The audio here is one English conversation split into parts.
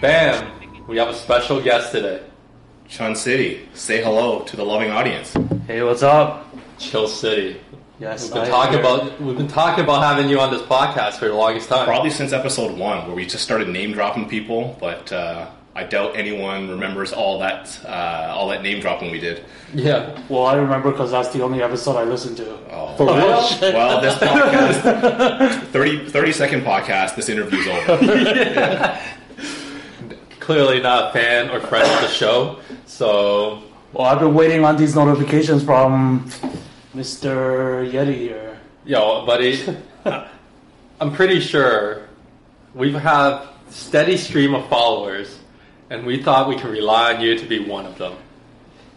Bam! We have a special guest today. Chun City, say hello to the loving audience. Hey, what's up? Chill City. Yes, We've been I talking hear. about we've been talking about having you on this podcast for the longest time. Probably since episode one, where we just started name dropping people, but uh, I doubt anyone remembers all that uh, all that name dropping we did. Yeah. Well, I remember because that's the only episode I listened to. Oh. For real? Well, this podcast, 30, 30 second podcast, this interview's over. Clearly not a fan or friend of the show. So Well, I've been waiting on these notifications from Mr. Yeti here. yo, buddy, I'm pretty sure we have steady stream of followers, and we thought we could rely on you to be one of them.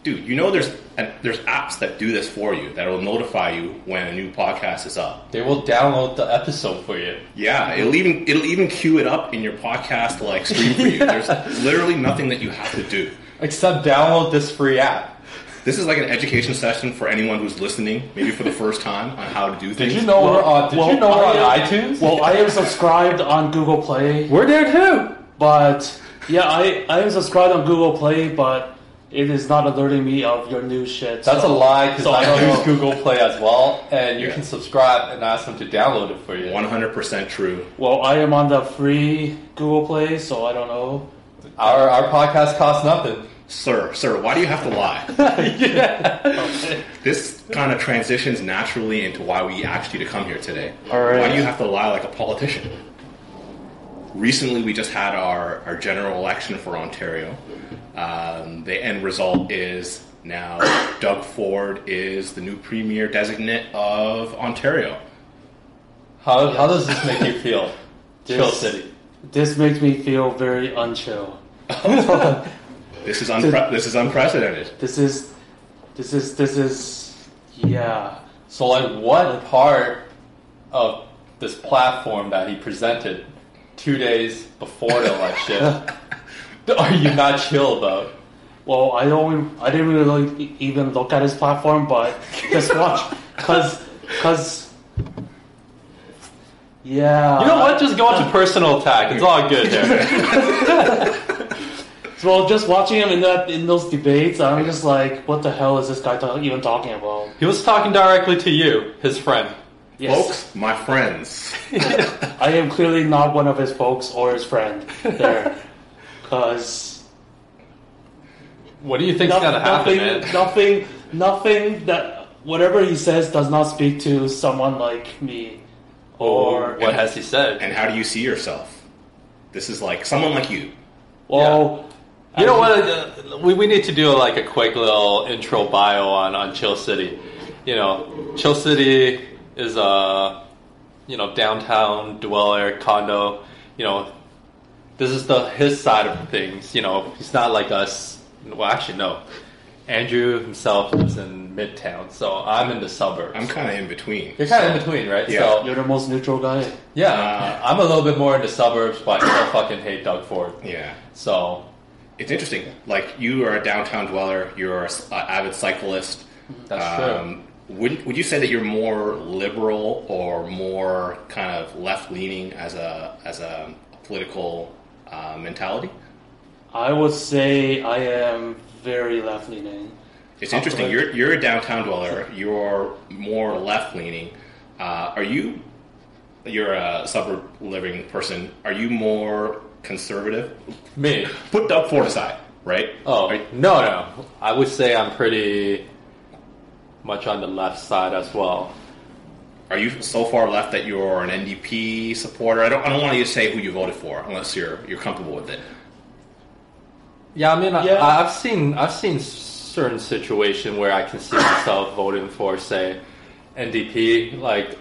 Dude, you know there's and there's apps that do this for you that will notify you when a new podcast is up. They will download the episode for you. Yeah, it'll even it'll even queue it up in your podcast like stream for you. There's literally nothing that you have to do. Except download this free app. This is like an education session for anyone who's listening, maybe for the first time, on how to do Did things. you know we're on? Did well, you know we're on I am- iTunes? Well, I am subscribed on Google Play, we're there too. but yeah, I, I am subscribed on Google Play, but it is not alerting me of your new shit. That's a so- lie because So I I don't use know. Google Play as well, and you Yeah. can subscribe and ask them to download it for you. 100% true. Well, I am on the free Google Play, so I don't know. Our our podcast costs nothing. Sir, sir, why do you have to lie? This kind of transitions naturally into why we asked you to come here today. All right. Why do you have to lie like a politician? Recently, we just had our, our general election for Ontario. Um, the end result is now Doug Ford is the new premier designate of Ontario. How how does this make you feel? Chill This- City. This makes me feel very unchill. This is, unpre- this is unprecedented. This is, this is, this is, yeah. So like, what part of this platform that he presented two days before the election are you not chill about? Well, I don't, I didn't really e, even look at his platform, but just watch, cause, cause, yeah. You know what? Just go into personal attack. It's all good there. Well, just watching him in that in those debates, I'm just like, what the hell is this guy ta- even talking about? He was talking directly to you, his friend. Folks, my friends. I am clearly not one of his folks or his friend there, cause. What do you think's Noth- gonna happen, man? nothing, nothing that whatever he says does not speak to someone like me. Or Or what has he said? and how do you see yourself? This is like someone like you. well, You know what? uh, We, we need to do like a quick little intro bio on, on Chill City. You know, Chill City is a you know downtown dweller condo. You know, this is the his side of things. You know, he's not like us. Well, actually, no. Andrew himself lives in Midtown, so I'm in the suburbs. I'm kind of in between. You're kind of in between, right? Yeah. So you're the most neutral guy. yeah, Uh, I'm a little bit more in the suburbs, but I still fucking hate Doug Ford. Yeah, So it's interesting. Like you are a downtown dweller. You're an avid cyclist. That's true. Would would you say that you're more liberal or more kind of left leaning as a as a political uh, mentality? I would say I am very left leaning. It's interesting. You're you're a downtown dweller. You're more left leaning. Uh, are you? You're a suburb living person. Are you more conservative? me. Put Doug Ford aside, right? Oh Are- no, no. I would say I'm pretty much on the left side as well. Are you so far left that you're an NDP supporter? I don't. I don't want you to say who you voted for unless you're you're comfortable with it. Yeah, I mean, I Yeah. I, I've seen I've seen certain situation where I can see myself voting for, say, NDP. Like,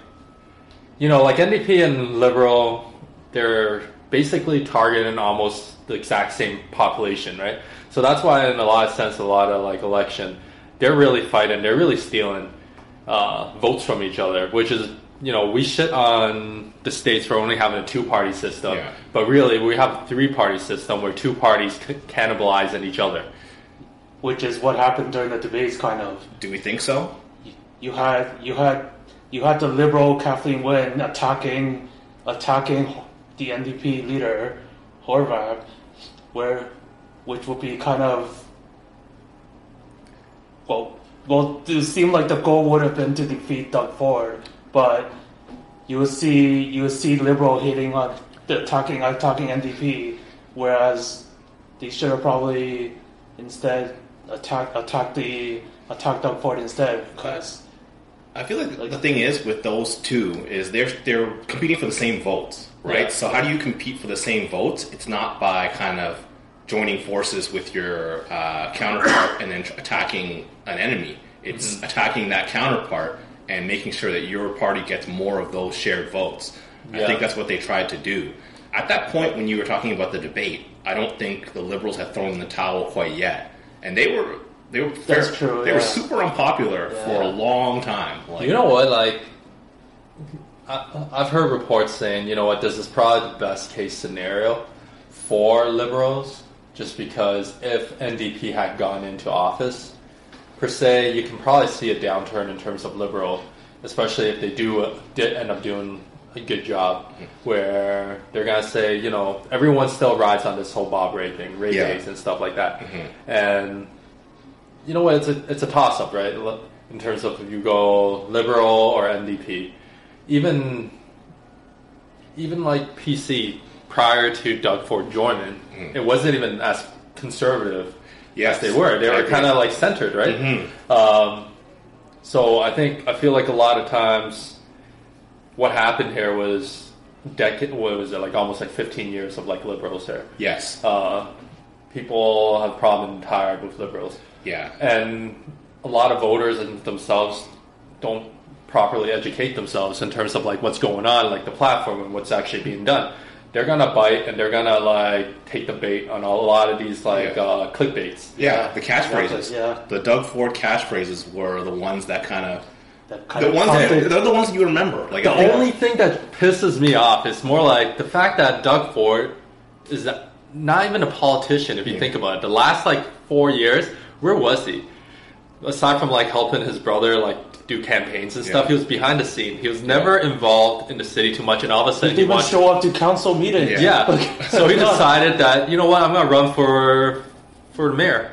you know, like NDP and Liberal, they're basically targeting almost the exact same population, right? So that's why, in a lot of sense, a lot of like election, they're really fighting, they're really stealing uh, votes from each other, which is. You know, we shit on the states for only having a two-party system, Yeah. but really, we have a three-party system where two parties c- cannibalizing each other. Which is what happened during the debates, kind of. Do we think so? You- You had you had you had the liberal Kathleen Wynne attacking attacking the NDP leader Horvath, where, which would be kind of, well, well, it seemed like the goal would have been to defeat Doug Ford, but you would see you would see liberal hating on attacking attacking NDP, whereas they should have probably instead attack attack the attack Doug Ford instead because I feel like, the thing is with those two is they're they're competing for the same votes, right? Yeah. So how do you compete for the same votes? It's not by kind of joining forces with your uh, counterpart and then tr- attacking an enemy. It's attacking that counterpart and making sure that your party gets more of those shared votes. I Yeah. think that's what they tried to do. At that point, when you were talking about the debate, I don't think the liberals had thrown in the towel quite yet, and they were they were That's fair- true, They were yeah. super unpopular for a Yeah. long time. Like, You know what? Like, I, I've heard reports saying, you know what, this is probably the best case scenario for liberals, just because if NDP had gone into office, per se, you can probably see a downturn in terms of liberal, especially if they do uh, did end up doing a good job, where they're gonna say, you know, everyone still rides on this whole Bob Ray thing, Ray Yeah. days and stuff like that, and you know what? It's a it's a toss up, right? Li- In terms of if you go liberal or NDP, even even like PC prior to Doug Ford joining, it wasn't even as conservative Yes, as they were. They I were agree. kind of like centered, right? Um, so I think I feel like a lot of times what happened here was decade. What was it like? Almost like fifteen years of like liberals here. Yes. Uh, people have probably been tired with liberals yeah. and a lot of voters and themselves don't properly educate themselves in terms of like what's going on, like the platform and what's actually being done. They're gonna bite and they're gonna like take the bait on a lot of these like Yeah. uh, clickbaits. Yeah, the catchphrases. Yeah. The Doug Ford catchphrases were the ones that kind of that kind the of ones prompted- that, they're the ones you remember. Like The I think- only thing that pisses me off is more like the fact that Doug Ford is not even a politician. If you think about it, the last like four years, where was he? Aside from like helping his brother like do campaigns and stuff, Yeah. he was behind the scene. He was never involved in the city too much, and all of a They sudden didn't he even wants. show up to council meetings. Yeah. Yeah, Like, so he no. decided that you know what, I'm gonna run for for mayor.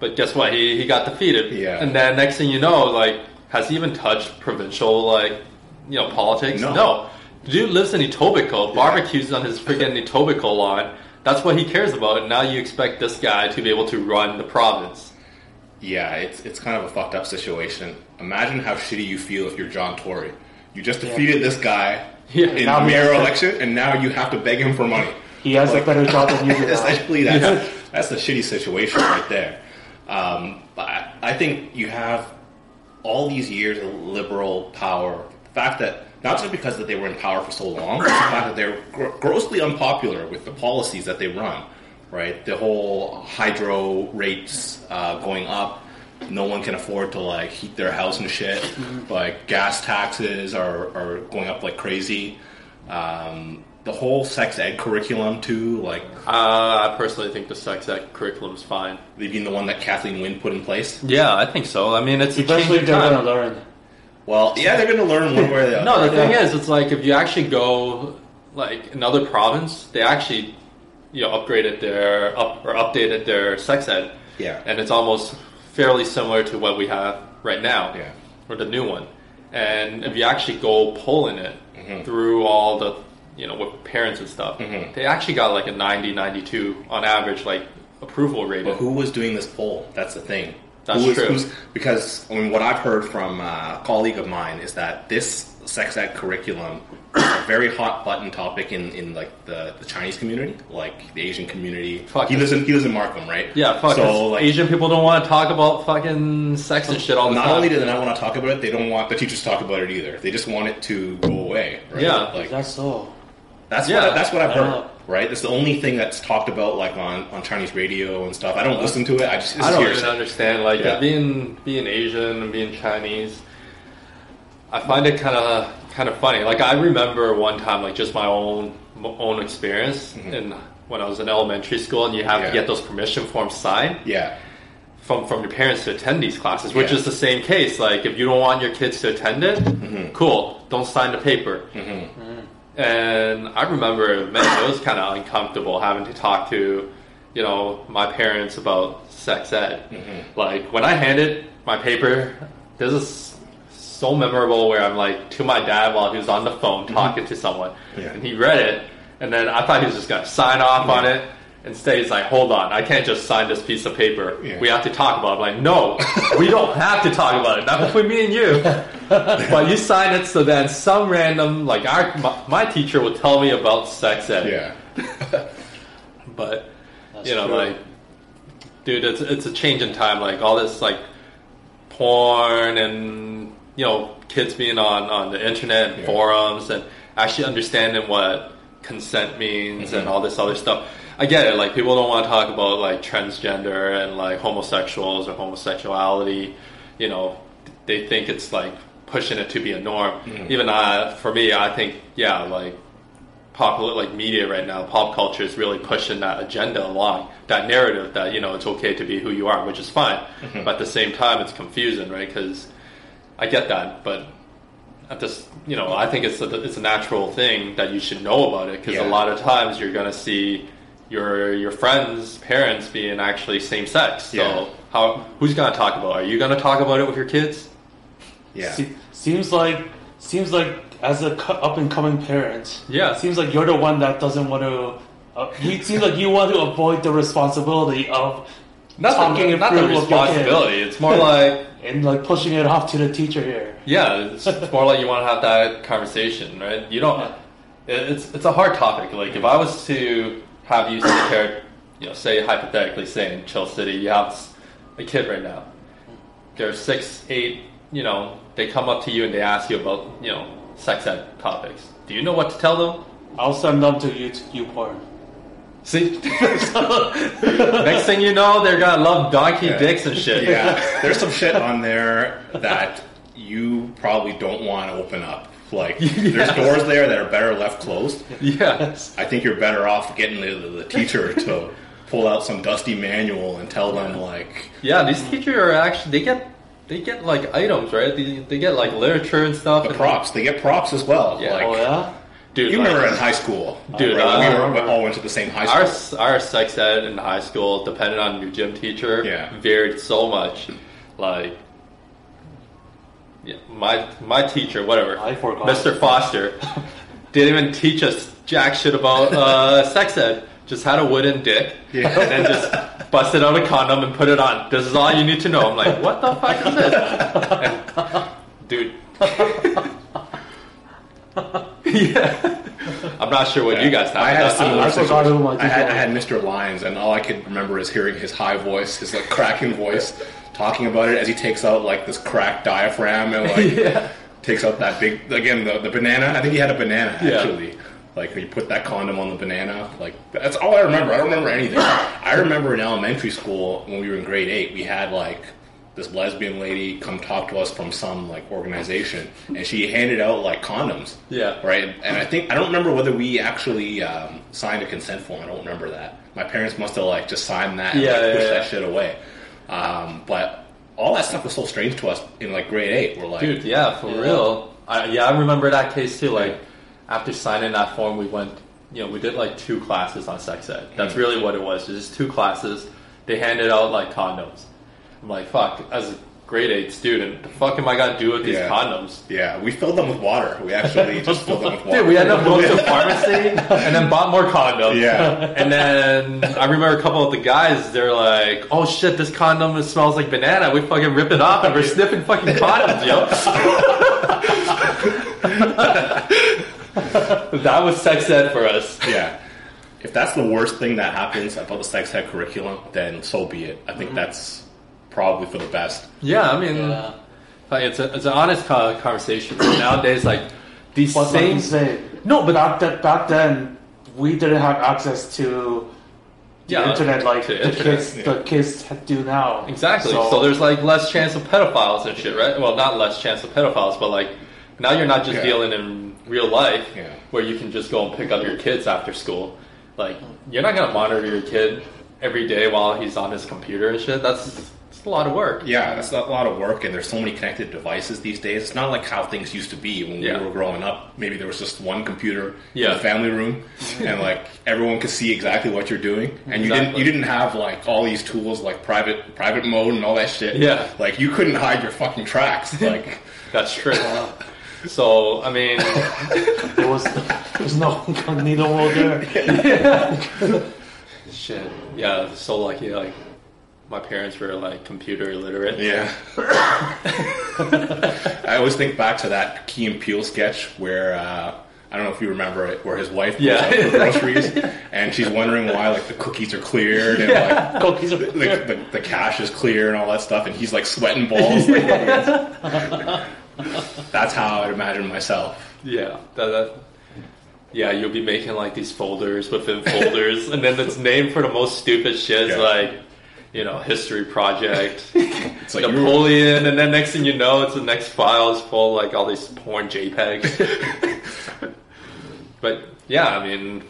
But guess what? He he got defeated. Yeah. And then next thing you know, like, has he even touched provincial like you know politics? No. The dude lives in Etobicoke, barbecues on his freaking Etobicoke lawn. That's what he cares about. And now you expect this guy to be able to run the province. yeah, it's it's kind of a fucked up situation. Imagine how shitty you feel if you're John Tory. You just defeated this guy Yeah. in Now the we- mayor election, and now you have to beg him for money. He has a better job than you do. now. Essentially, that's Yeah. that's the shitty situation right there. Um, but I- I think you have all these years of liberal power. The fact that not just because that they were in power for so long, but the fact that they're gr- grossly unpopular with the policies that they run. Right, the whole hydro rates uh, going up. No one can afford to like heat their house and shit. Like gas taxes are, are going up like crazy. Um, the whole sex ed curriculum too, like Uh, I personally think the sex ed curriculum's fine. leaving the one that Kathleen Wynne put in place. Yeah, I think so. I mean, it's a Eventually, changing they're time. gonna learn. Well, yeah, they're going to learn one way or the other. No, the Yeah. thing is, it's like if you actually go like another province, they actually you know upgraded their up or updated their sex ed. Yeah. and it's almost fairly similar to what we have right now. Yeah. or the new one. And if you actually go polling it Mm-hmm. through all the you know with parents and stuff, they actually got like a 90, 92 on average like approval rating. But who was doing this poll? That's the thing. That's who was, true. Who's, because I mean, what I've heard from uh, a colleague of mine is that this sex ed curriculum is a very hot button topic in, in like the, the Chinese community, like the Asian community. Fuck he it. lives in he lives in Markham, right? yeah, fuck. So 'cause like, Asian people don't want to talk about fucking sex and shit all the not time. only do they not want to talk about it, they don't want the teachers to talk about it either. They just want it to go away. Right? Yeah. like That's so. That's Yeah. Uh-huh. what that's what I've I don't heard. know. Right, it's the only thing that's talked about like on, on Chinese radio and stuff. I don't listen to it. I just it's I don't hearsay. even understand. Like Yeah. being being Asian and being Chinese, I find it kind of kind of funny. Like I remember one time, like just my own my own experience, and when I was in elementary school, and you have Mm-hmm. Yeah. to get those permission forms signed Yeah, from from your parents to attend these classes, which Yeah. is the same case. Like if you don't want your kids to attend it, Mm-hmm. cool, don't sign the paper. And I remember, man, it was kind of uncomfortable having to talk to you know, my parents about sex ed. Mm-hmm. Like when I handed my paper, this is so memorable where I'm like to my dad while he was on the phone talking to someone, Mm-hmm. Yeah. and he read it, and then I thought he was just gonna sign off on Mm-hmm. it. Instead, he's like, "Hold on, I can't just sign this piece of paper. Yeah. We have to talk about." it. I'm like, "No, we don't have to talk about it. Not between me and you." but you sign it so then some random like our my, my teacher would tell me about sex ed. Yeah. But That's you know, true. like, dude, it's it's a change in time. Like all this like porn and you know kids being on on the internet and Yeah. forums and actually understanding what consent means and Mm-hmm. all this other stuff. I get it. Like people don't want to talk about like transgender and like homosexuals or homosexuality. You know, they think it's like pushing it to be a norm. Mm-hmm. Even I, for me, I think yeah, like popular like media right now, pop culture is really pushing that agenda along, that narrative that you know it's okay to be who you are, which is fine. But at the same time, it's confusing, right? Because I get that, but at this, you know, I think it's a, it's a natural thing that you should know about it because Yeah. a lot of times you're gonna see your your friends' parents being actually same sex. So Yeah. how who's gonna talk about? it? Are you gonna talk about it with your kids? Yeah. Se- seems like seems like as a up and coming parent, Yeah. seems like you're the one that doesn't want to. Uh, you seems like you want to avoid the responsibility of Not talking the, it not the through with your kid. responsibility. It's more like and like pushing it off to the teacher here. Yeah, it's it's more like you want to have that conversation, right? You don't. it- It's it's a hard topic. Like if I was to have you sit here, you know, say hypothetically, say in Chill City, you have s- a kid right now. They're six, eight. You know, they come up to you and they ask you about you know sex ed topics. Do you know what to tell them? I'll send them to you you porn. See, next thing you know, they're gonna love donkey Yeah. dicks and shit. yeah, there's some shit on there that you probably don't want to open up. Like, there's doors there that are better left closed. yeah. I think you're better off getting the, the teacher to pull out some dusty manual and tell them, like, Yeah, these teachers are actually they get they get like items, right? They, they get like literature and stuff. the and- props. They get props as well. Yeah. Like, Oh yeah. dude. you like, remember in high school, Dude, right? uh, we were, we all went to the same high our s- school. our sex ed in high school, depending on your gym teacher, Yeah. varied so much. Like, yeah, my my teacher, whatever, I forgot. Mr. Foster, didn't even teach us jack shit about uh, sex ed. Just had a wooden dick, Yeah. and then just busted out a condom and put it on. This is all you need to know. I'm like, what the fuck is this, And- dude? yeah, I'm not sure what you guys thought. I but had a that's- similar I forgot situation. who my I had, I teacher had Mr. Lyons, and all I could remember is hearing his high voice, his like cracking voice, talking about it as he takes out like this cracked diaphragm and like Yeah. takes out that big again the, the banana. I think he had a banana Yeah. actually. Like when you put that condom on the banana, like that's all I remember. I don't remember anything. I remember in elementary school when we were in grade eight, we had like this lesbian lady come talk to us from some like organization, and she handed out like condoms. Yeah. Right. And I think I don't remember whether we actually um, signed a consent form. I don't remember that. My parents must have like just signed that and Yeah, like, yeah, pushed yeah. that shit away. Um, but all that stuff was so strange to us in like grade eight. We're like, Dude, yeah, for real. I, yeah, I remember that case too. Like, after signing that form, we went, you know, we did like two classes on sex ed. That's really what it was. It was just two classes. They handed out like condoms. I'm like, fuck, as a grade eight student, the fuck am I gonna do with these Yeah. condoms? Yeah, we filled them with water. We actually just filled them with water. Dude, we ended up going to a pharmacy and then bought more condoms. Yeah. And then I remember a couple of the guys, they're like, oh shit, this condom is- smells like banana. We fucking rip it off and we're sniffing fucking condoms, yo. that was sex ed for us. yeah. If that's the worst thing that happens about the sex ed curriculum, then so be it. I think Mm-hmm. that's probably for the best. Yeah, I mean, Yeah. like, it's, a, it's an honest co- conversation. Nowadays, like, these But like same. you say, No, but- back that back then we didn't have access to the Yeah, uh, internet like to the internet, kids yeah. the kids do now. Exactly. So, there's like less chance of pedophiles and shit, right? Well, not less chance of pedophiles, but like now you're not just Yeah. dealing in real life Yeah. where you can just go and pick up your kids after school. Like you're not gonna monitor your kid every day while he's on his computer and shit. That's It's a lot of work. Yeah, that's a lot of work, and there's so many connected devices these days. It's not like how things used to be when Yeah. we were growing up. Maybe there was just one computer in Yeah. the family room, and like everyone could see exactly what you're doing, and you didn't Exactly. you didn't have like all these tools like private private mode and all that shit. Yeah. like you couldn't hide your fucking tracks. Like That's true. So I mean, There was there's no incognito mode there. shit. Yeah, so lucky. Like my parents were like computer illiterate. yeah, I always think back to that Key and Peele sketch where. Uh, I don't know if you remember it, where his wife goes Yeah. out for groceries, and she's wondering why like the cookies are cleared and like Cookies are the, the, the cash is clear and all that stuff, and he's like sweating balls. Like, that's how I'd imagine myself. Yeah, that, that, yeah, you'll be making like these folders within folders, and then it's named for the most stupid shit, Yeah. like you know, history project, It's like you were- Napoleon, and then next thing you know, it's the next file is full of, like all these porn JPEGs. but yeah, I mean,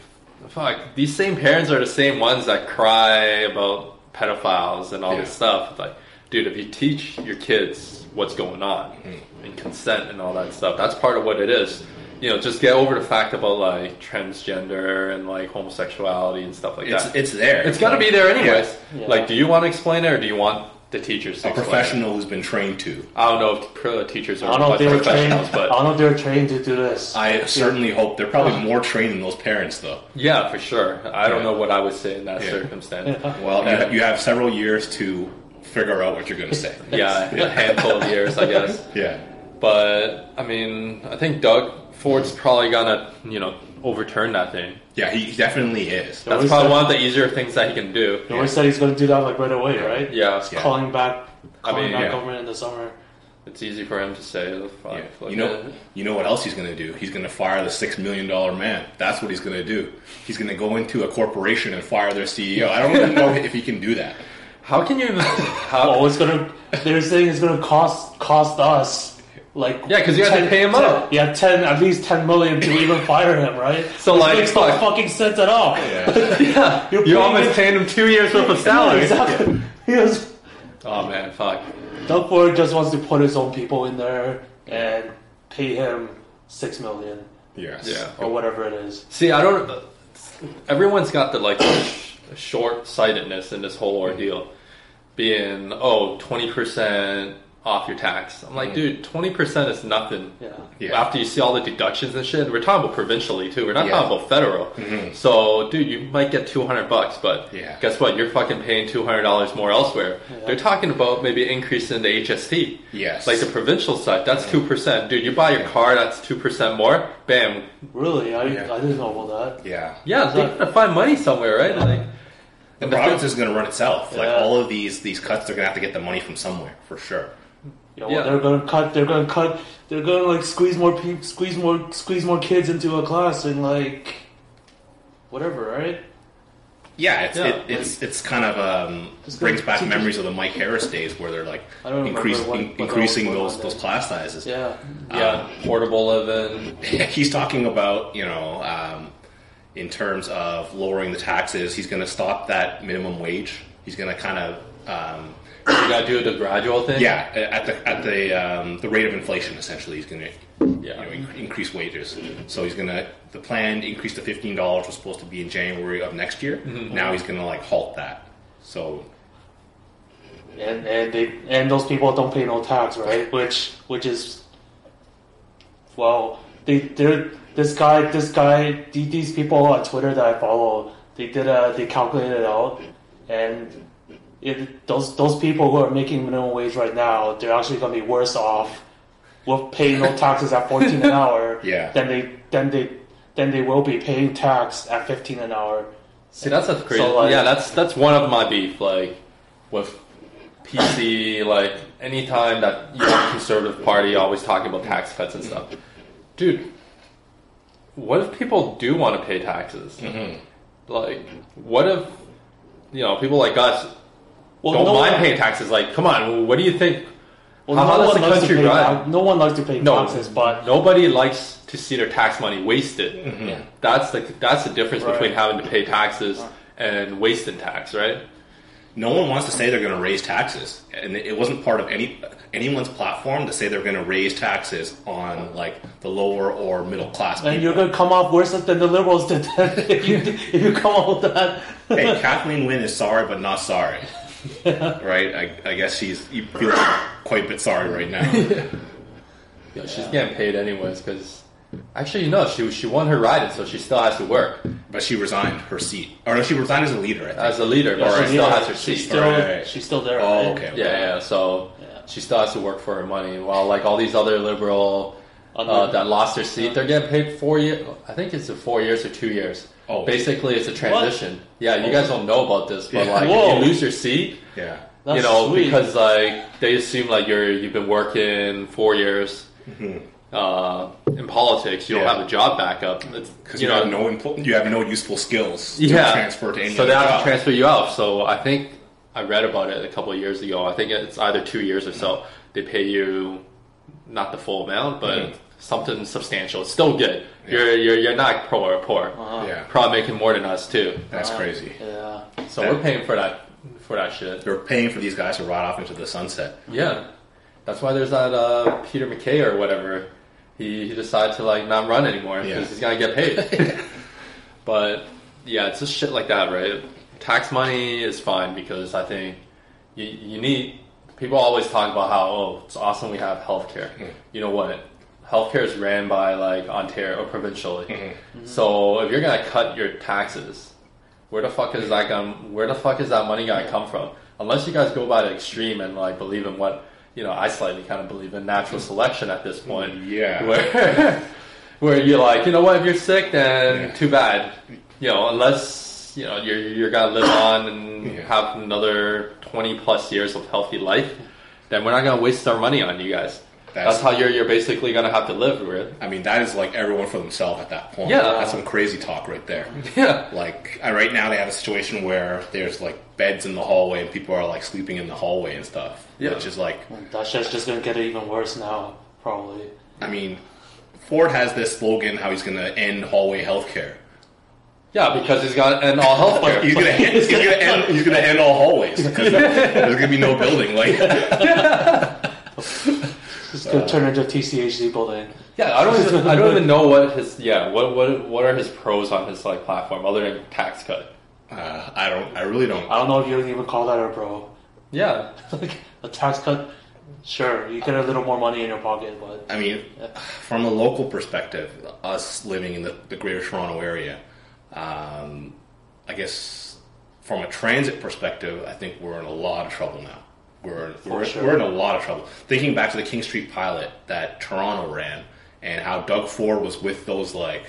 fuck, these same parents are the same ones that cry about pedophiles and all this Yeah. stuff. Like, dude, if you teach your kids what's going on Mm-hmm. and consent and all that stuff, that's part of what it is. You know, just get over the fact about like transgender and like homosexuality and stuff like it's that. it's there. it's got to be there anyways. Yeah. Like, do you want to explain it or do you want the teachers to A explain it? professional who's been trained to. I don't know if pro- teachers I are don't know if much they were trained. professionals, I but don't know if they were trained to do this. I certainly hope they're probably more trained than those parents, though. yeah, for sure. I don't Yeah. know what I would say in that Yeah. circumstance. Well, you, Yeah. ha- you have several years to figure out what you're going to say. Yeah, a handful of years, I guess. Yeah. But I mean, I think Doug Ford's probably gonna, you know, overturn that thing. Yeah, he he definitely is. That's was probably that- one of the easier things that he can do. They always said he's going to do that like right away, right? Yeah, It's Yeah. calling back, I calling mean, back yeah. government in the summer. it's easy for him to say. "Oh, fuck, Yeah. fuck You know, it." you know what else he's going to do? He's going to fire the six million dollar man. That's what he's going to do. He's going to go into a corporation and fire their CEO. I don't even know if he can do that. how can you? even- Oh, How, it's gonna. They're saying it's gonna cost cost us like Yeah, 'cause you have to 10 pay him 10 out. Yeah, ten at least ten million to even fire him, right? So, Which like, makes no fuck. fucking sense at all. Yeah. yeah, You're you paying almost it- paid him two years worth of Yeah, salary. exactly. He was, Oh man, fuck. Doug Ford just wants to put his own people in there and pay him six million yes. Yeah. or whatever it is. See, I don't. Everyone's got the like sh- short-sightedness in this whole ordeal, being oh 20 percent off your tax. I'm like, dude, twenty percent is nothing. Yeah. Yeah. After you see all the deductions and shit, we're talking about provincially too. We're not Yeah. talking about federal. So, dude, you might get two hundred bucks, but Mm-hmm. Yeah. guess what? You're fucking paying two hundred dollars more elsewhere. They're talking about maybe increasing the HST. Yes. Like the provincial side, that's two percent. Dude, you buy your car, that's two percent more. Bam, Really, I Yeah. I didn't know about that. Yeah. yeah, they Exactly. gotta find money somewhere, right? Like, The province is going to run itself. Like Yeah. all of these these cuts, they're going to have to get the money from somewhere for sure. You know, what Yeah. they're gonna cut. They're gonna cut. They're gonna like squeeze more people, squeeze more, squeeze more kids into a class and like whatever, right? Yeah, it's Yeah, it, it's it's kind of um, Just brings the back teachers- memories of the Mike Harris days where they're like I don't remember increase, what- in- what increasing all was those going on those there. class sizes. Yeah, yeah, Um, portable living. he's talking about you know um, in terms of lowering the taxes, he's going to stop that minimum wage. He's going to kind of um, You gotta do the gradual thing. yeah at the at the um, the rate of inflation essentially. He's going to yeah. you know, in- increase wages. So he's gonna the planned increase to fifteen dollars was supposed to be in January of next year. Now he's gonna like halt that. So and and they and those people don't pay no tax, right? Which which is well, they they're this guy this guy the- these people on Twitter that I follow they did a they calculated it out and. It, those those people who are making minimum wage right now, they're actually going to be worse off with paying no taxes at fourteen an hour. Yeah. Than they than they than they will be paying tax at fifteen an hour. See, that's a crazy. So, like- yeah, that's that's one of my beef. Like with PC, like anytime that you have a conservative party always talking about tax cuts and stuff, dude. What if people do want to pay taxes? Like, what if you know people like us Well, don't no mind one- paying taxes? Like, come on, what do you think? Well, How- how no does one the likes to country pay run? tax- No one likes to pay No, taxes, but nobody likes to see their tax money wasted. Yeah. That's the that's the difference Right. between having to pay taxes and wasting tax, right? no one wants to say they're going to raise taxes, and it wasn't part of any anyone's platform to say they're going to raise taxes on like the lower or middle class. And people. you're gonna come off worse than the liberals did if you if you come off with that. hey, Kathleen Wynne is sorry, but not sorry. right? I, I guess she's you feel quite a bit sorry right now. Yeah, she's getting paid anyways because actually no, she she won her ride, and so she still has to work but she resigned her seat. Or no, she resigned as a leader, I think. as a leader, but she She's still here. has her seat. She's still, Right, right. she's still there. Oh, right? okay. okay. yeah, yeah. So Yeah. she still has to work for her money, while like all these other liberal uh, Other- that lost their seat, they're getting paid four years. I think it's a four years or two years. Oh. basically, it's a transition. Yeah, you guys don't know about this, but Yeah. like Oh. Whoa. if you lose your seat, Yeah. That's you know, sweet. because like they assume like you're you've been working four years. Uh, in politics, you Mm-hmm. Yeah. don't have a job backup. It's, Because you, have no impl- you have no useful skills to yeah. transfer to any So other they have job. to transfer you out. So I think I read about it a couple of years ago. I think it's either two years or Mm-hmm. so. They pay you not the full amount, but Mhm. something substantial. It's still good. Yeah. You're, you're you're not pro or poor. Uh-huh. yeah, Probably making more than us too. that's Uh, crazy. Yeah. So That- we're paying for that for that shit. They're paying for these guys to ride off into the sunset. Yeah, that's why there's that uh, Peter McKay or whatever. He, he decided to like not run anymore because Yeah. he's gonna get paid. but yeah, it's just shit like that, right? Tax money is fine because I think you, you need. People always talk about how oh it's awesome we have healthcare. You know what? Healthcare is ran by like Ontario or provincially. So if you're gonna cut your taxes, where the fuck is that going? Where the fuck is that money gonna come from? Unless you guys go by the extreme and like believe in what you know, I slightly kind of believe in natural selection at this point. Yeah. where where you're like, you know what, if you're sick, then Yeah. too bad. You know, unless you know you're you're gonna live on and Yeah. have another twenty plus years of healthy life, then we're not gonna waste our money on you guys. That's- That's, how you're you're basically gonna have to live with. I mean, that is like everyone for themselves at that point. Yeah. That's some crazy talk right there. Yeah. Like, I, right now they have a situation where there's like beds in the hallway and people are like sleeping in the hallway and stuff. Yeah. Which is like, That shit's just gonna get even worse now, probably. I mean, Ford has this slogan how he's going to end hallway healthcare. Yeah, because he's got and all health care. He's gonna, he's gonna end. He's gonna end all hallways. 'cause There's gonna be no building. Like, uh, It's gonna turn into TCHC building. Yeah, I don't even I don't even know what his yeah what what what are his pros on his like platform other than tax cut. uh, I don't. I really don't. I don't know if you would even call that a bro. Yeah, Like a tax cut, sure, you get a little more money in your pocket, but I mean, from a local perspective, us living in the, the Greater Toronto area, um, I guess from a transit perspective, I think we're in a lot of trouble now. We're we're, sure. we're in a lot of trouble. Thinking back to the King Street pilot that Toronto ran, and how Doug Ford was with those like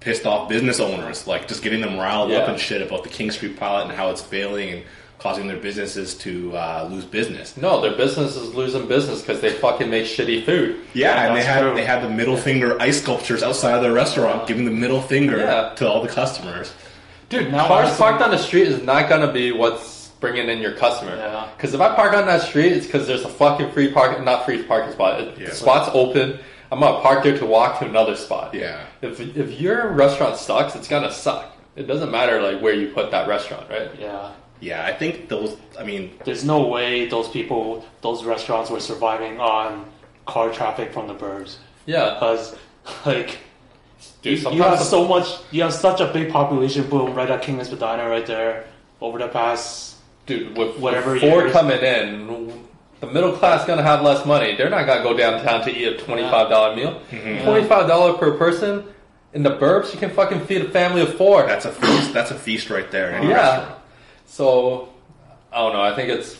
pissed off business owners, like just getting them riled up Yeah. and shit about the King Street pilot and how it's failing and causing their businesses to uh, lose business. no, their business is losing business because they fucking make shitty food. Yeah, and they That's had true. they had the middle finger ice sculptures outside of their restaurant, giving the middle finger Yeah. to all the customers. Dude, Now cars that's- parked on the street is not gonna be what's bringing in your customer. Yeah. Because if I park on that street, it's because there's a fucking free park, not free parking spot. It, Yeah. The spot's open. I'm gonna park there to walk to another spot. Yeah. If if your restaurant sucks, it's gonna suck. It doesn't matter like where you put that restaurant, right? yeah. Yeah, I think those. I mean, There's no way those people, those restaurants were surviving on car traffic from the burbs. Yeah. Because, like, Dude, you have sometimes so much, you have such a big population boom right at King Spadina right there over the past. dude, with Whatever whatever Ford years- coming in, the middle class gonna have less money. They're not gonna go downtown to eat a twenty five dollar meal. Mm-hmm. Twenty five dollar per person in the burbs, you can fucking feed a family of four. that's a feast. That's a feast right there. In a yeah. restaurant. So I don't know. I think it's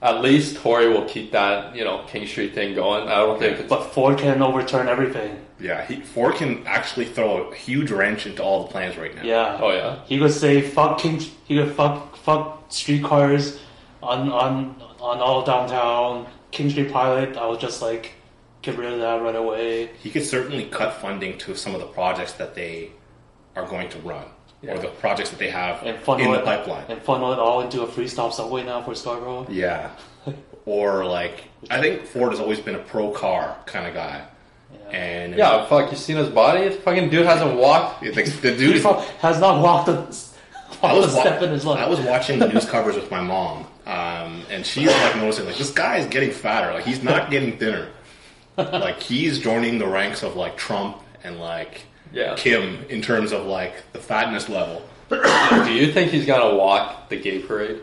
at least Tory will keep that you know King Street thing going. I don't think it's But Ford can overturn everything. yeah. He, Ford can actually throw a huge wrench into all the plans right now. Yeah. oh yeah He could say fuck King. He could fuck fuck streetcars on on on all downtown King Street Pilot. I would just like get rid of that right away. he could certainly cut funding to some of the projects that they are going to run, or Yeah. the projects that they have in And funnel the it- pipeline. And funnel it all into a free stop subway now for Scarborough. Yeah. Or like, I think Ford has always been a pro car kind of guy, and yeah. Fuck, you seen his body? This fucking dude hasn't walked. The, the dude He is has not walked a, walked I a was, wa- step in his life. I was watching the news covers with my mom, Um, and she's like noticing like this guy is getting fatter. Like he's not getting thinner. like he's joining the ranks of like Trump and like Yeah. Kim in terms of like the fatness level. Do you think he's gonna walk the gay parade?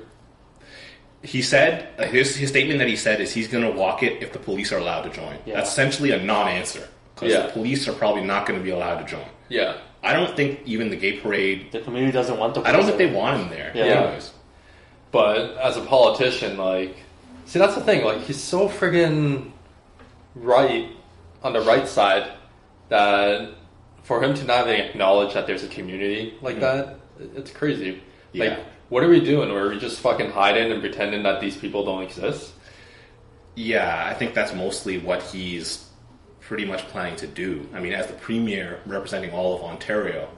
He said like, his his statement that he said is he's going to walk it if the police are allowed to join. Yeah. That's essentially a non-answer because Yeah. the police are probably not going to be allowed to join. Yeah. I don't think even the gay parade. The community doesn't want the. I don't think they president. want him there. Yeah. Anyways. But as a politician, like, see, that's the thing. Like, he's so friggin' right on the right side that for him to not even acknowledge that there's a community like that, it- it's crazy. Yeah. Like, what are we doing? Are we just fucking hiding and pretending that these people don't exist? Yeah, I think that's mostly what he's pretty much planning to do. I mean, as the premier representing all of Ontario,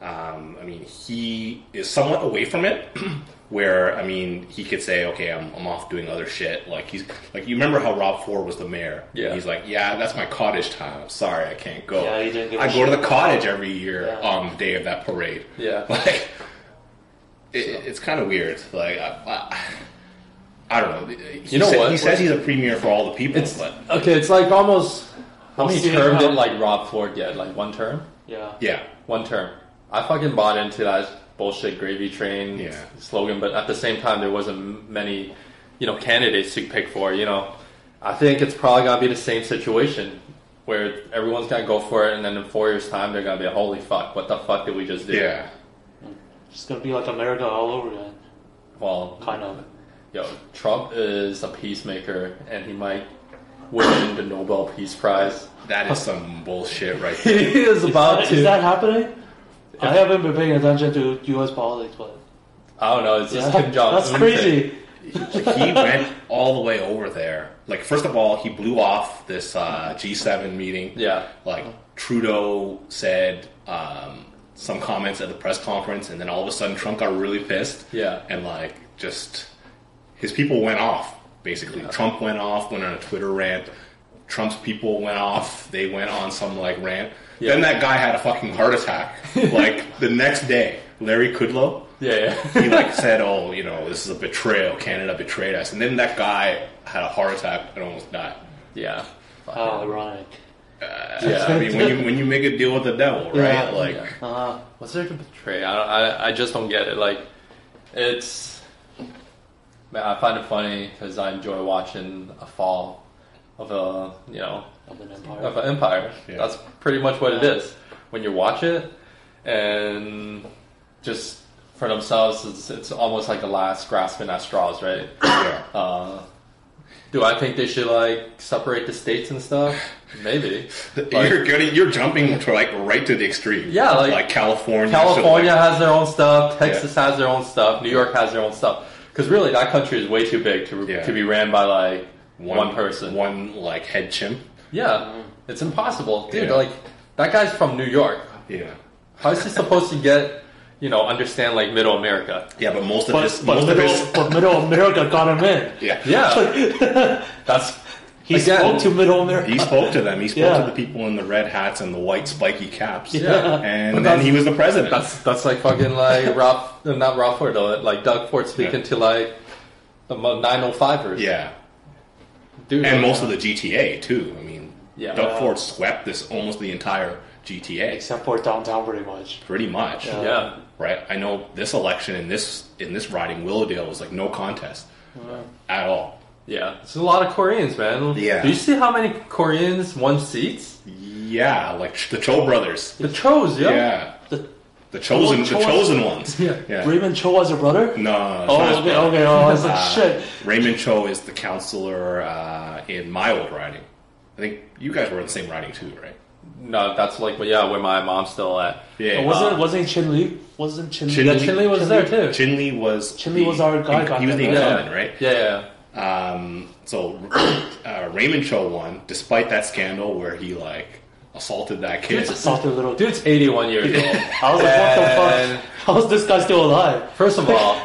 um, I mean, he is somewhat away from it. Where I mean, he could say, "Okay, I'm, I'm off doing other shit." Like he's like, you remember how Rob Ford was the mayor? Yeah. He's like, "Yeah, that's my cottage time. I'm sorry, I can't go. Yeah, he didn't give a I go to shit. the cottage every year Yeah. on the day of that parade. Yeah. Like, it, it's kind of weird. Like, I, I, I don't know. He You know said- what? He says he's a premier for all the people, It's but okay. It's like almost how many We'll see term how- did like Rob Ford get? Like one term, Yeah. yeah, one term. I fucking bought into that bullshit gravy train Yeah. slogan, but at the same time, there wasn't many, you know, candidates to pick for. You know, I think it's probably gonna be the same situation where everyone's gonna go for it, and then in four years' time, they're gonna be holy fuck, what the fuck did we just do? yeah, It's gonna be like America all over again, Well, kind of. Yo, Trump is a peacemaker, and he might win the Nobel Peace Prize. that is some bullshit right there. He is about Is to. that- is that happening? I haven't been paying attention to U.S. politics, but I don't know. It's just yeah, Kim Jong. that's Un crazy. Like, he went all the way over there. Like, first of all, he blew off this uh, G7 meeting. Yeah. Like Trudeau said um, some comments at the press conference, and then all of a sudden Trump got really pissed. Yeah. and like just his people went off. Basically, Trump went off, went on a Twitter rant. Trump's people went off. They went on some like rant. Yeah. Then that guy had a fucking heart attack. like the next day, Larry Kudlow Yeah, yeah. he like said, "Oh, you know, this is a betrayal. Canada betrayed us." And then that guy had a heart attack and almost died. yeah. Fuck How ironic. yeah. I mean, when you when you make a deal with the devil, right? Yeah. like, Yeah. Uh, What's there to betray? I, don't, I, I just don't get it. Like, it's. Man, I find it funny because I enjoy watching a fall of a, you know, of an of empire. an empire. Yeah. That's pretty much what it Yeah. is. When you watch it, and just for themselves, it's, it's almost like the last grasping at straws, right? yeah. Uh, do I think they should, like, separate the states and stuff? Maybe. Like- you're getting you're jumping to like right to the extreme. Yeah, like- California. California has their own stuff. Yeah. Texas has their own stuff. New York has their own stuff. Because really, that country is way too big to Yeah. to be ran by like so, like, one, person. one like head chimp. Yeah, it's impossible, dude. Yeah. Like that guy's from New York. Yeah, How is he supposed to get you know understand like Middle America? yeah, but most of But, his but, most of his middle, but middle America got him in. yeah Yeah, that's He Again. spoke to middle America. He spoke to them. He spoke Yeah. to the people in the red hats and the white spiky caps. Yeah. And But then that's- he was the president. that's that's like fucking like Ralph, not Ralph Ford, though, like Doug Ford speaking Yeah. to like the 905ers. yeah. dude, and like- most of the GTA too. I mean, Yeah. Doug Ford swept this almost the entire GTA, Except for downtown, pretty much. pretty much. Yeah. yeah. Right? I know this election in this in this riding Willowdale was like no contest at all. Yeah, there's a lot of Koreans, man. Yeah. Do you see how many Koreans won seats? Yeah, like the Cho brothers. The Chos, yo. Yeah, The, the chosen, the Cho- chosen ones. Yeah. Raymond Cho has a brother? No, no, it's not his Oh, okay, brother. okay. Oh, I was like, Uh, shit. Raymond Cho is the counselor uh, in my old riding. I think you guys were in the same riding too, right? No, that's like, well, yeah, where my mom's still at. Yeah. wasn't wasn't Chin Lee? Wasn't Chin Chin Yeah, Lee- Chin Lee was there too. Uh, Chin Lee was Chin Lee was our guy back He was the then, right? incumbent, yeah. right? Yeah, yeah. Um, so uh, Raymond Cho won, despite that scandal where he like assaulted that kid. Dude, Salty little dude. Dude's 81 years old. I was like, what the And- fuck? How's this guy still alive? First of all,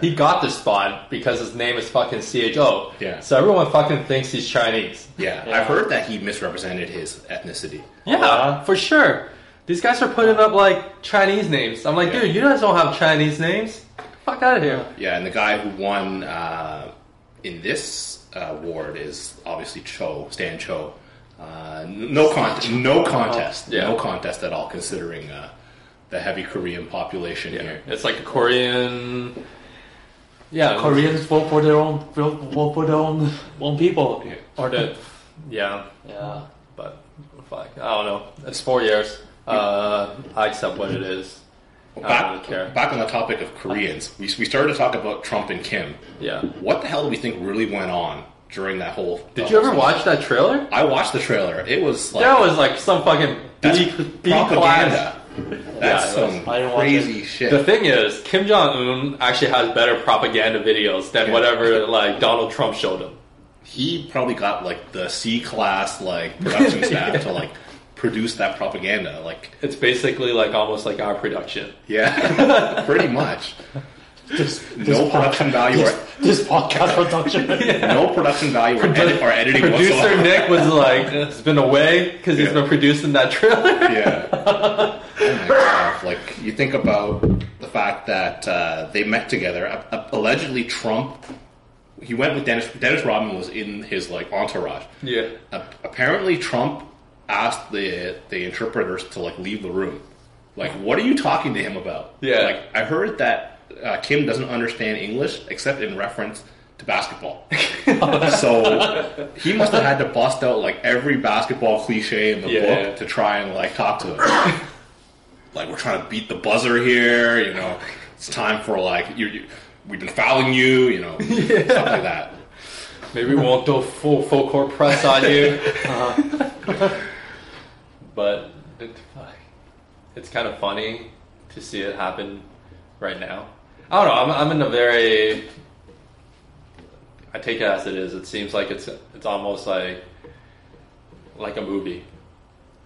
he got the spot because his name is fucking CHO. Yeah. So everyone fucking thinks he's Chinese. yeah, Yeah. I've heard that he misrepresented his ethnicity. Yeah, Yeah. for sure. These guys are putting up like Chinese names. I'm like, Yeah. dude, you guys don't have Chinese names. Fuck out of here. Yeah, and the guy who won uh, in this uh, ward is obviously Cho, Stan Cho. Uh, n- no contest, no contest, Yeah. no contest at all. Considering uh, the heavy Korean population here, It's like a Korean. Yeah, Koreans vote for their own vote for their own own people. Yeah. or the yeah, Yeah. but fuck, I don't know. It's four years. Uh, I accept what it is. Well, I don't back care. back on the topic of Koreans, we we started to talk about Trump and Kim. Yeah. What the hell do we think really went on during that whole? Did that you whole ever thing? watch that trailer? I watched the trailer. It was like That was like some fucking that's B, B class. propaganda. That's Yeah, it was. some I didn't watch crazy shit. The thing is, Kim Jong Un actually has better propaganda videos than whatever like Donald Trump showed him. he probably got like the C class like production staff to like produce that propaganda. Like It's basically like almost like our production. yeah, pretty much. This, No production value or this podcast production. no production value or, edit, or editing Producer whatsoever. Nick was like, "It's been away because he's Yeah. been producing that trailer." Yeah. Oh my God. Like you think about the fact that uh, they met together. Uh, uh, allegedly, Trump. He went with Dennis. Dennis Rodman was in his like entourage. Yeah, A- apparently Trump asked the the interpreters to like leave the room. Like, what are you talking to him about? Yeah. Like, I heard that uh, Kim doesn't understand English except in reference to basketball. so he must have had to bust out like every basketball cliche in the Yeah, book yeah. to try and like talk to him. like, we're trying to beat the buzzer here. You know, it's time for like you. you we've been fouling you. You know, stuff like that. maybe we won't do a full full court press on you, but it, fuck. it's kind of funny to see it happen right now. I don't know. I'm, I'm in a very. I take it as it is. It seems like it's it's almost like like a movie.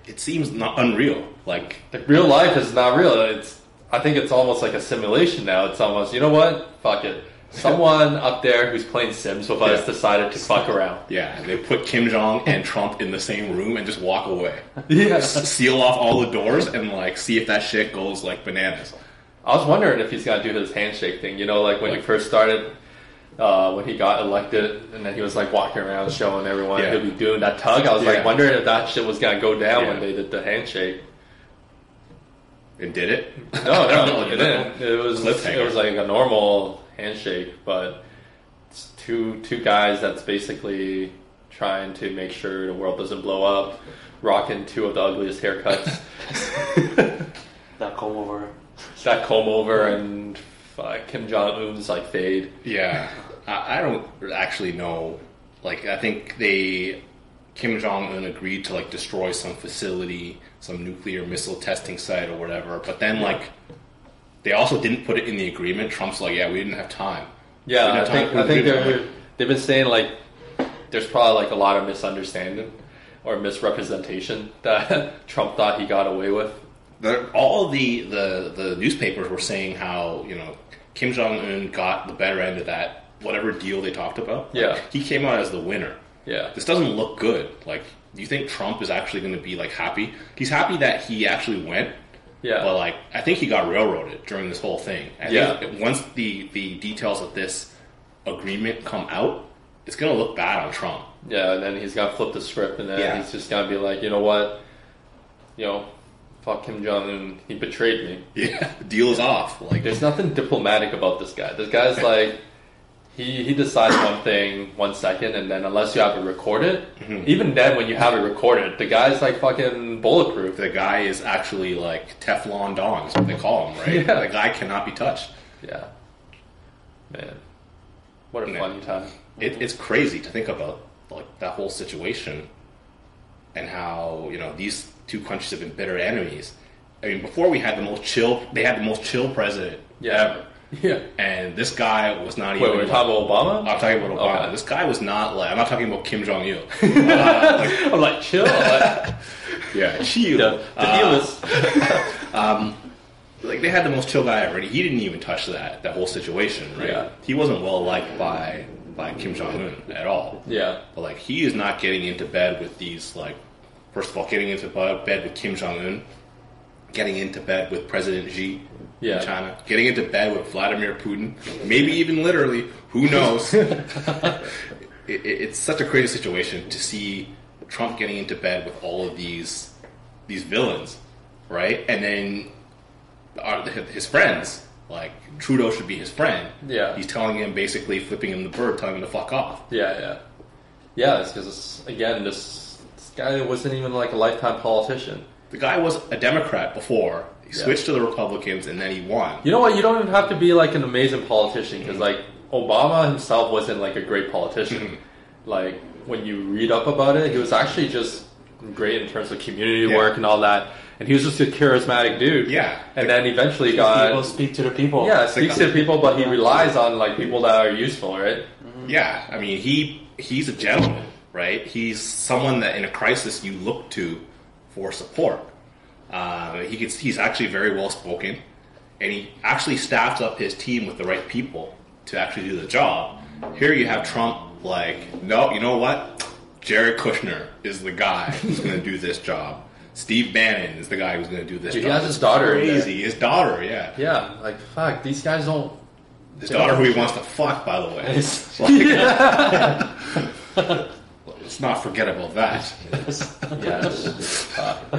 It seems not unreal. Like. Like real life is not real. It's I think it's almost like a simulation now. It's almost you know what? Fuck it. Someone up there who's playing Sims with us Yeah. decided to fuck around. Yeah, they put Kim Jong and Trump in the same room and just walk away. Yes. Seal off all the doors and like see if that shit goes like bananas. I was wondering if he's gonna do his handshake thing. You know, like when he first started, uh, when he got elected, and then he was like walking around showing everyone Yeah. he'll be doing that tug. I was Yeah. like wondering if that shit was gonna go down Yeah. when they did the handshake. And did it? No, I don't know, no, it you know? didn't. It was Cliffhanger. it was like a normal handshake, but it's two two guys that's basically trying to make sure the world doesn't blow up, rocking two of the ugliest haircuts, That come over. that comb over, and uh, Kim Jong Un's like fade. Yeah, I, I don't actually know. Like, I think they Kim Jong Un agreed to like destroy some facility, some nuclear missile testing site or whatever. But then like they also didn't put it in the agreement. Trump's like, yeah, we didn't have time. We Yeah, I didn't have think time. I think We didn't have they're time. they've been saying like there's probably like a lot of misunderstanding or misrepresentation that Trump thought he got away with. the, all the, the the newspapers were saying how you know Kim Jong Un got the better end of that whatever deal they talked about. Yeah. he came out as the winner. Yeah. This doesn't look good. Like, do you think Trump is actually going to be like happy? He's happy that he actually went. Yeah. But like, I think he got railroaded during this whole thing. I Yeah. Think that once the the details of this agreement come out, it's going to look bad on Trump. Yeah, and then he's gonna flip the script, and then Yeah. he's just gonna be like, you know what, you know, fuck Kim Jong Un, he betrayed me. Yeah. The deal is off. Like, There's nothing diplomatic about this guy. This guy's like, he he decides one thing one second, and then unless you have it recorded, Mm-hmm. even then when you have it recorded, the guy's like fucking bulletproof. the guy is actually like Teflon Don, is what they call him, right? Yeah. The guy cannot be touched. Yeah, man, what a Yeah. funny time. It, it's crazy to think about like that whole situation and how you know these two countries have been bitter enemies. I mean, before we had the most chill, they had the most chill president ever, Yeah, yeah. and this guy was not Wait, even. we're like- talking about Obama. I'm talking about Obama. Okay. This guy was not like. I'm not talking about Kim Jong Il. I'm like chill. I'm like, yeah, chill. yeah, the Uh, deal is like they had the most chill guy ever. and He didn't even touch that that whole situation, right? Yeah. He wasn't well liked by by Kim Jong Un at all. yeah. But like he is not getting into bed with these like first of all getting into bu- bed with Kim Jong Un, getting into bed with President Xi, Yeah. in China, getting into bed with Vladimir Putin, maybe even literally, who knows? it, it- it's such a crazy situation to see Trump getting into bed with all of these these villains, right? And then uh, his friends, like Trudeau, should be his friend. Yeah. he's telling him basically flipping him the bird, telling him to fuck off. Yeah, yeah, yeah. It's because again, this this guy wasn't even like a lifetime politician. The guy was a Democrat before. He Yeah. switched to the Republicans and then he won. You know what? You don't even have to be like an amazing politician because like Obama himself wasn't like a great politician. like when you read up about it, he was actually just great in terms of community Yeah. work and all that, and he was just a charismatic dude. Yeah. and then eventually People got speak to the people. Uh, yeah speaks to people, but he relies on like people that are useful, right? Yeah, I mean he he's a gentleman, right? He's someone that in a crisis you look to for support. Uh, he gets, he's actually very well spoken, and he actually staffs up his team with the right people to actually do the job. Here you have Trump, like, no, you know what? Jared Kushner is the guy who's going to do this job. Steve Bannon is the guy who's going to do this Dude, he job. has his daughter in there. Crazy, his daughter, yeah. Yeah, like fuck, these guys don't. His daughter, who he wants to fuck, by the way. It's, like, let's not forget about that. Yeah, it's just tough.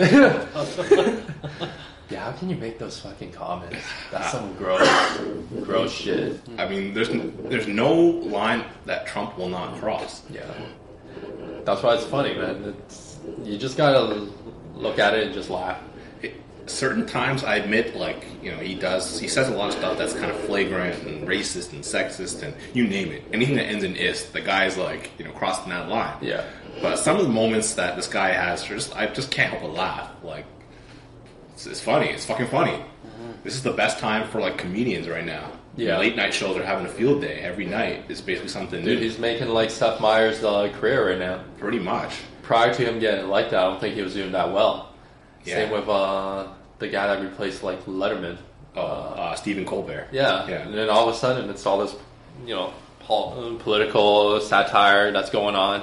yeah, how can you make those fucking comments? That's some gross, gross shit. I mean, there's n- there's no line that Trump will not cross. Yeah, that's why it's funny, man. It's, you just gotta look at it and just laugh. It, certain times, I admit, like you know, he does he says a lot of stuff that's kind of flagrant and racist and sexist and you name it. Anything that ends in "ist," the guy's like you know crossing that line. Yeah, But some of the moments that this guy has, are just I just can't help but laugh. Like, it's, it's funny. It's fucking funny. This is the best time for like comedians right now. Uh-huh. Yeah. late night shows are having a field day every night. It's basically something dude, new, he's making like Seth Meyers' uh, career right now. pretty much. Prior to him getting like that, I don't think he was doing that well. Yeah. Same with uh, the guy that replaced like Letterman. Oh, uh, Stephen Colbert. Yeah. Yeah. And then all of a sudden, it's all this, you know, pol- political satire that's going on.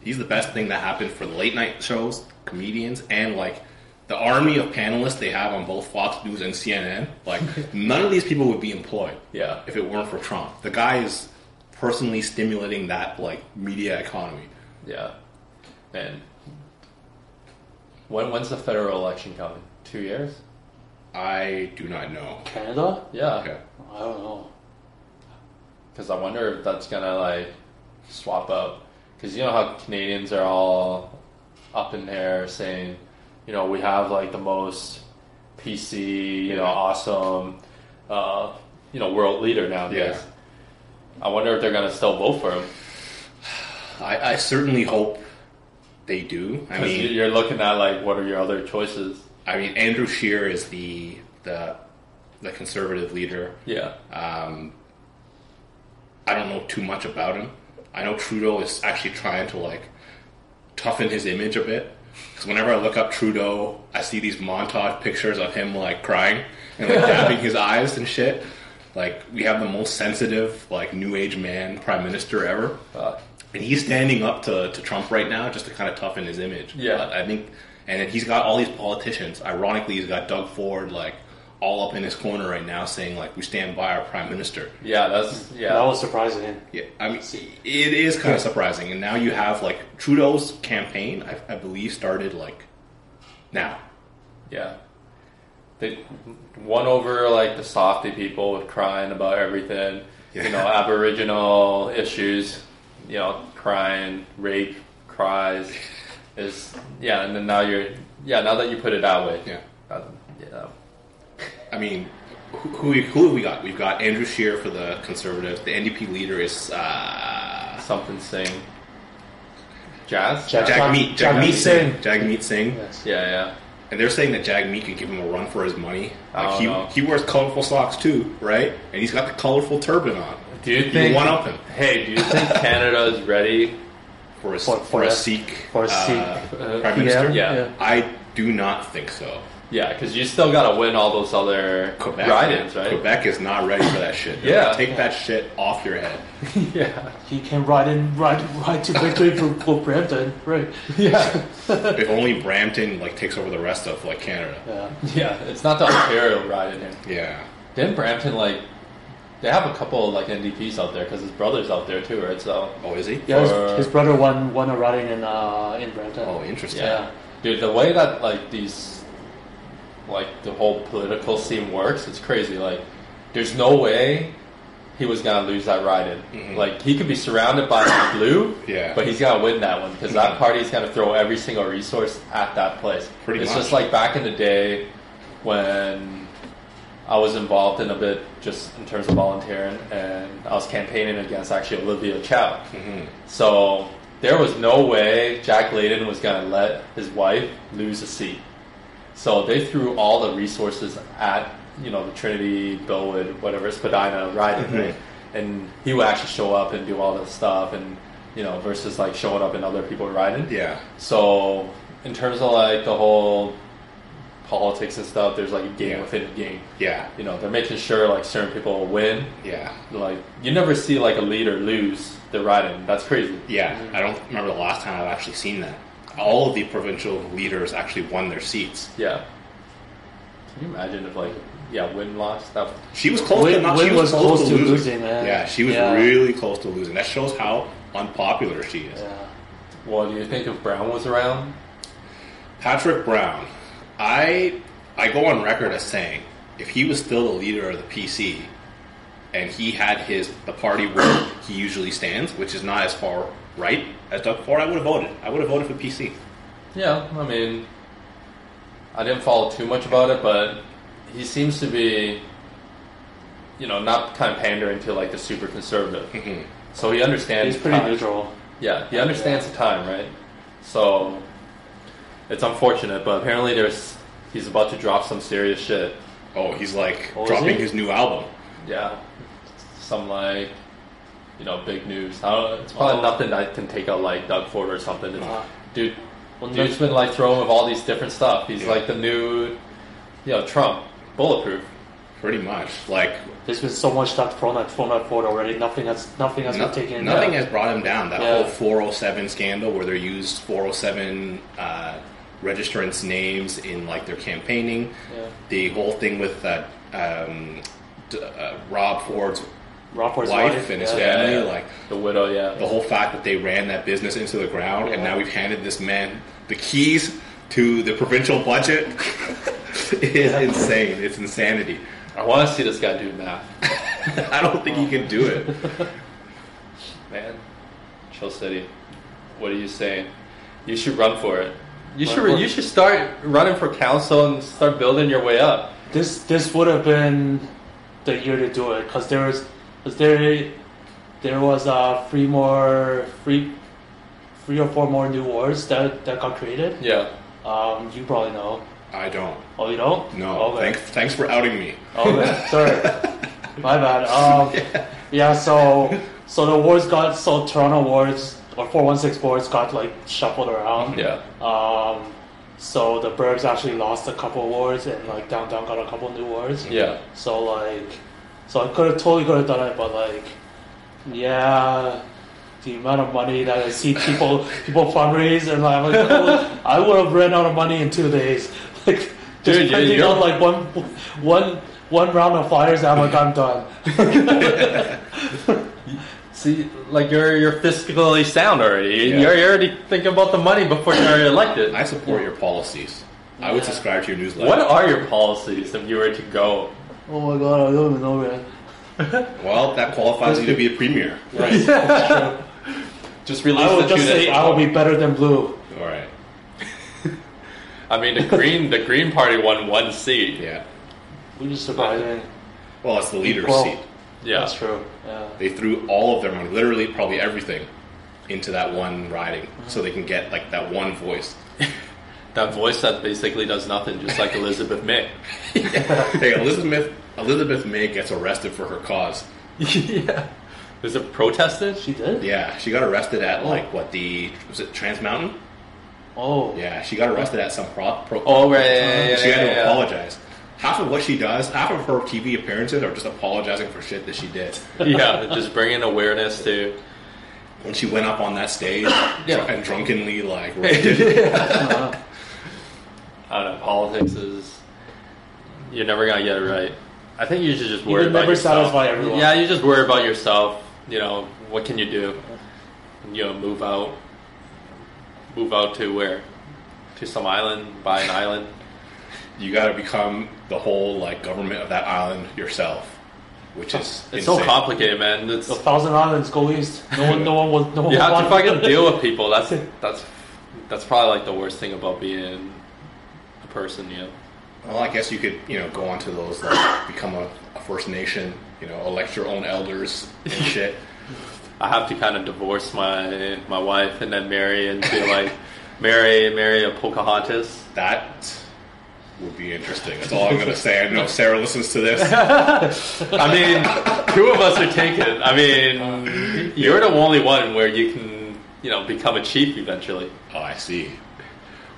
He's the best thing that happened for the late night shows, comedians, and like the army of panelists they have on both Fox News and CNN. Like, none of these people would be employed. Yeah. if it weren't for Trump. The guy is personally stimulating that like media economy. Yeah. And when when's the federal election coming? Two years? I do not know. Canada? Yeah. Okay. I don't know. Because I wonder if that's gonna like swap up. Because you know how Canadians are all up in there saying, you know, we have like the most PC, you know, Yeah. awesome, uh, you know, world leader nowadays. I wonder if they're gonna still vote for him. I, I certainly hope they do. I Because you- mean, you're looking at like what are your other choices? I mean, Andrew Scheer is the the the conservative leader. Yeah, Um, I don't know too much about him. I know Trudeau is actually trying to like toughen his image a bit. Because whenever I look up Trudeau, I see these montage pictures of him like crying and like dabbing his eyes and shit. Like we have the most sensitive, like new age man prime minister ever. uh, And he's standing up to, to Trump right now just to kind of toughen his image. Yeah. But I think, and then he's got all these politicians. Ironically, he's got Doug Ford like all up in his corner right now, saying like, "We stand by our prime minister." yeah, that's yeah. That was surprising. Yeah, I mean, it is kind of surprising. And now you have like Trudeau's campaign, I, I believe, started like now. Yeah. They won over like the softy people with crying about everything. Yeah. You know, Aboriginal issues, you know, crying, rape, cries. Is yeah, and then now you're yeah, now that you put it that way. Yeah. Uh, yeah. I mean, who who, we- who have we got? We've got Andrew Scheer for the Conservatives. The NDP leader is uh, Something sing. Jazz? Jazz. Jack Jagmeet- Meat. Jagmeet Singh. Jagmeet Singh. Yes. Yeah, yeah. And they're saying that Jagmeet could give him a run for his money. Like Oh, he no. he wears colorful socks too, right? And he's got the colorful turban on Do you think one up him. Hey, do you think Canada is ready? for a For- for, for a a- Sikh for a uh, Sikh, uh, prime minister. yeah. I do not think so. Yeah, because you still got to win all those other Quebec, write-ins, right? Quebec is not ready for that shit. Yeah. take that shit off your head. yeah, He can ride in, ride, ride to victory for, for Brampton, right? yeah, if only Brampton like takes over the rest of like Canada. Yeah. yeah. It's not the Ontario ride in here. Yeah, Didn't Brampton like? They have a couple like NDPs out there because his brother's out there too, right? So oh is he? Yeah, Or- his, his brother won won a riding in uh in Brampton. Oh, interesting. yeah, dude, the way that like these, like the whole political scene works, it's crazy. Like, there's no way he was gonna lose that ride in. Mhm. Like, he could be surrounded by the blue, Yeah. Mm-hmm. but he's gonna win that one because that party's gonna throw every single resource at that place. Pretty it's much. just like back in the day when I was involved in a bit just in terms of volunteering, and I was campaigning against actually Olivia Chow. Mhm. So there was no way Jack Layden was going to let his wife lose a seat. So they threw all the resources at, you know, the Trinity, Billwood, whatever, Spadina, Ryden, Mm-hmm. right? And he would actually show up and do all this stuff and, you know, versus like showing up and other people riding. Yeah, So in terms of like the whole politics and stuff, there's like a game Yeah. within a game. yeah, You know, they're making sure like certain people win yeah, like you never see like a leader lose the riding. That's crazy. yeah. I don't remember the last time I've actually seen that. All of the provincial leaders actually won their seats. Yeah. Can you imagine if like yeah, win loss that would- She was close Win- to not. She Win was close, to, losing. man. Yeah, she was Yeah. really close to losing. That shows how unpopular she is. Yeah. well do you think if Brown was around? Patrick Brown, I I go on record as saying if he was still the leader of the PC and he had his the party where he usually stands, which is not as far right as Doug Ford, I would have voted. I would have voted for PC. Yeah, I mean I didn't follow too much about it, but he seems to be you know, not kind of pandering to like the super conservative. Mhm. So he understands He's pretty time. neutral. Yeah, he understands the time, right? So it's unfortunate, but apparently there's he's about to drop some serious shit. Oh, he's like Oh, is dropping he? his new album. Yeah, some like you know big news. I don't, it's probably Oh. nothing I can take out like Doug Ford or something. It's, Uh, dude, Well, dude's no- been like throwing with all these different stuff. He's Yeah. like the new, you know, Trump bulletproof. Pretty much. Like There's been so much stuff thrown at thrown at Ford already. Nothing has nothing has no- been taken. nothing has brought him down. That Yeah. whole 407 scandal where they used 407 uh, registrants' names in like their campaigning. Yeah. the whole thing with uh, um, d- uh, Rob Ford's Rockford's wife, wife and his yeah. family, Yeah. like The widow, yeah. the whole fact that they ran that business into the ground, and Yeah. now we've handed this man the keys to the provincial budget. it is insane. It's insanity. I want to see this guy do math, I don't think he can do it. man. Chill City, what are you saying? You should run for it. You Run should for it. you should start running for council and start building your way up. This this would have been the year to do it because there was cause there there was uh, three more three three or four more new wards that that got created. Yeah. Um, you probably know. I don't. Oh, you don't? No. Okay. Oh, Thanks. Thanks for outing me. Okay. Sorry. My bad. Um, yeah. So so the wards got so Toronto wards or four one six wards got like shuffled around. Yeah. Um, so the Bergs actually lost a couple awards, and like downtown got a couple new awards. Yeah. So like, so I could have totally could have done it, but like, yeah, the amount of money that I see people people fundraise, and I'm like, oh, I would have ran out of money in two days. Like, just Dude, you- printing you're- out like one one one round of flyers, and I'm like, I'm done. See, like you're you're fiscally sound already. Yeah. You're, you're already thinking about the money before you're elected. I support your policies. I would Yeah. subscribe to your newsletter. What are your policies if you were to go? Oh my god, I don't even know, man. Well, that qualifies you to be a premier. Right. Just release I the would just two say days. I will be better than blue. All right. I mean, the green the Green Party won one seat. Yeah. Which is surprising. Well, it's the leader's Well, seat. Yeah. That's true. Yeah. They threw all of their money, literally probably everything, into that one riding, so they can get like that one voice. That voice that basically does nothing, just like Elizabeth May. hey, Elizabeth Elizabeth May gets arrested for her cause. yeah. Is it protested? She did? Yeah, she got arrested at like what the was it Trans Mountain? Oh. Yeah, she got arrested at some pro. pro Oh, right, yeah, yeah, She yeah, had to yeah, yeah. apologize. Half of what she does, half of her TV appearances are just apologizing for shit that she did. yeah, just bringing awareness to. When she went up on that stage Yeah. and drunkenly like raided I Uh, don't know. Politics is you're never gonna get it right. I think you should just You worry can about never yourself. satisfy everyone. Yeah, you just worry about yourself. You know what can you do? You know, move out, move out to where? To some island, buy an island. you got to become the whole like government of that island yourself, which is It's so insane. complicated, man. It's, the Thousand Islands, go east. No one, no one was. No one you have to wanted- fucking deal with people. That's that's that's probably like the worst thing about being a person. You know, Well, I guess you could you know go onto those like become a, a First Nation, you know, elect your own elders and shit. I have to kind of divorce my my wife and then marry and be like marry marry a Pocahontas. That would be interesting. That's all I'm gonna say. I know Sarah listens to this. I mean, two of us are taken. I mean, you're the only one where you can you know become a chief eventually. Oh, I see.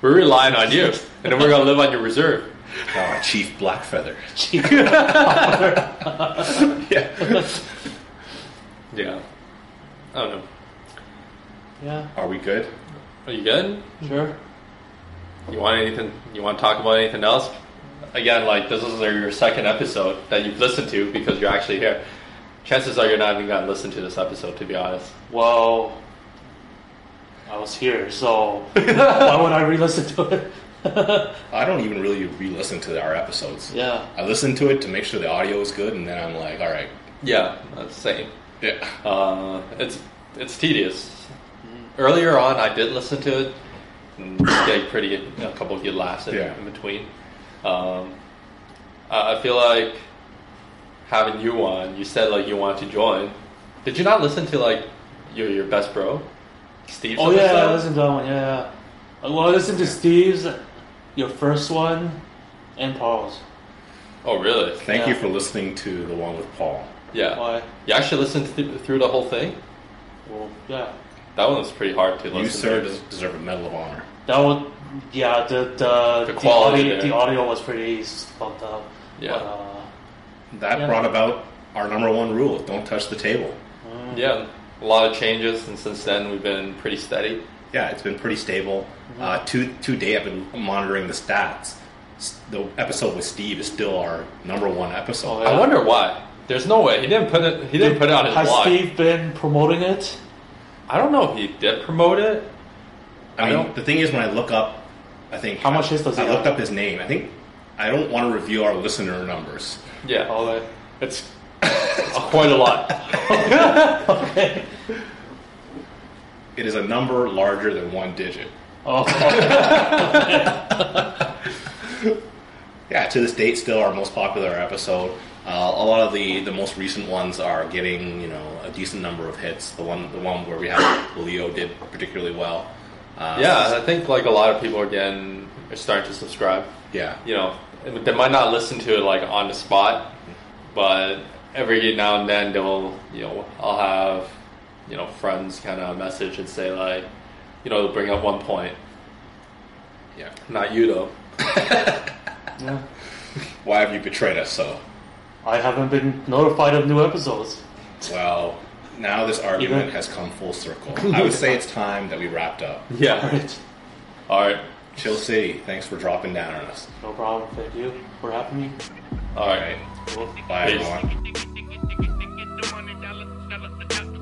We're relying on you, and then we're gonna live on your reserve. Oh, Chief Blackfeather. yeah. Yeah, I don't know. Yeah, Are we good? Are you good? sure. You want anything? You want to talk about anything else? Again, like this is your second episode that you've listened to because you're actually here. Chances are you're not even gonna listen to this episode, to be honest. Well, I was here, so why would I re-listen to it? I don't even really re-listen to our episodes. yeah. I listen to it to make sure the audio is good, and then I'm like, all right, Yeah, that's the same. yeah. Uh, it's it's tedious. Earlier on, I did listen to it and get pretty a couple good laughs in, Yeah. in between. Um, I, I feel like having you on. You said like you want to join. Did you not listen to like your your best bro, Steve? Oh yeah, I listened to that one. Yeah, yeah. Uh, Well, I listened to Steve's, your first one, and Paul's. Oh really? Thank Yeah. you for listening to the one with Paul. Yeah. Why? You actually listened th- through the whole thing. Well, yeah. That one was pretty hard to listen. You, sir, to. des- deserve a Medal of Honor. That one. Yeah. The the, The quality audio, there. the audio was pretty s- fucked up. Yeah. But, uh, That Yeah. brought about our number one rule: don't touch the table. mm, Yeah, a lot of changes, and since then we've been pretty steady. Yeah, it's been pretty stable. Mm-hmm. Uh, to today, I've been monitoring the stats. S- The episode with Steve is still our number one episode. Oh, yeah. I wonder why. There's no way he didn't put it. He didn't put it on his Has blog. Steve been promoting it? I don't know if he did promote it. I I mean, don't- the thing is, when I look up, I think How much I, hits does he I have? looked up his name. I think I don't want to review our listener numbers. Yeah, Oh, like, it's quite a lot. okay. It is a number larger than one digit. Oh, Yeah, to this date, still our most popular episode. Uh, a lot of the, the most recent ones are getting you know a decent number of hits. The one the one where we had Leo did particularly well. Uh, Yeah, I think like a lot of people are getting are starting to subscribe. yeah, You know, they might not listen to it like on the spot, but every now and then they'll you know I'll have you know friends kind of message and say like you know they'll bring up one point. yeah. Not you though. yeah. Why have you betrayed us so? I haven't been notified of new episodes. Well, now this argument Even- has come full circle. I would say it's time that we wrapped up. Yeah. Alright. All right. Chill City, thanks for dropping down on us. No problem. Thank you for having me. All All right. right, bye Peace. everyone. Get the money, dollar, dollar, dollar.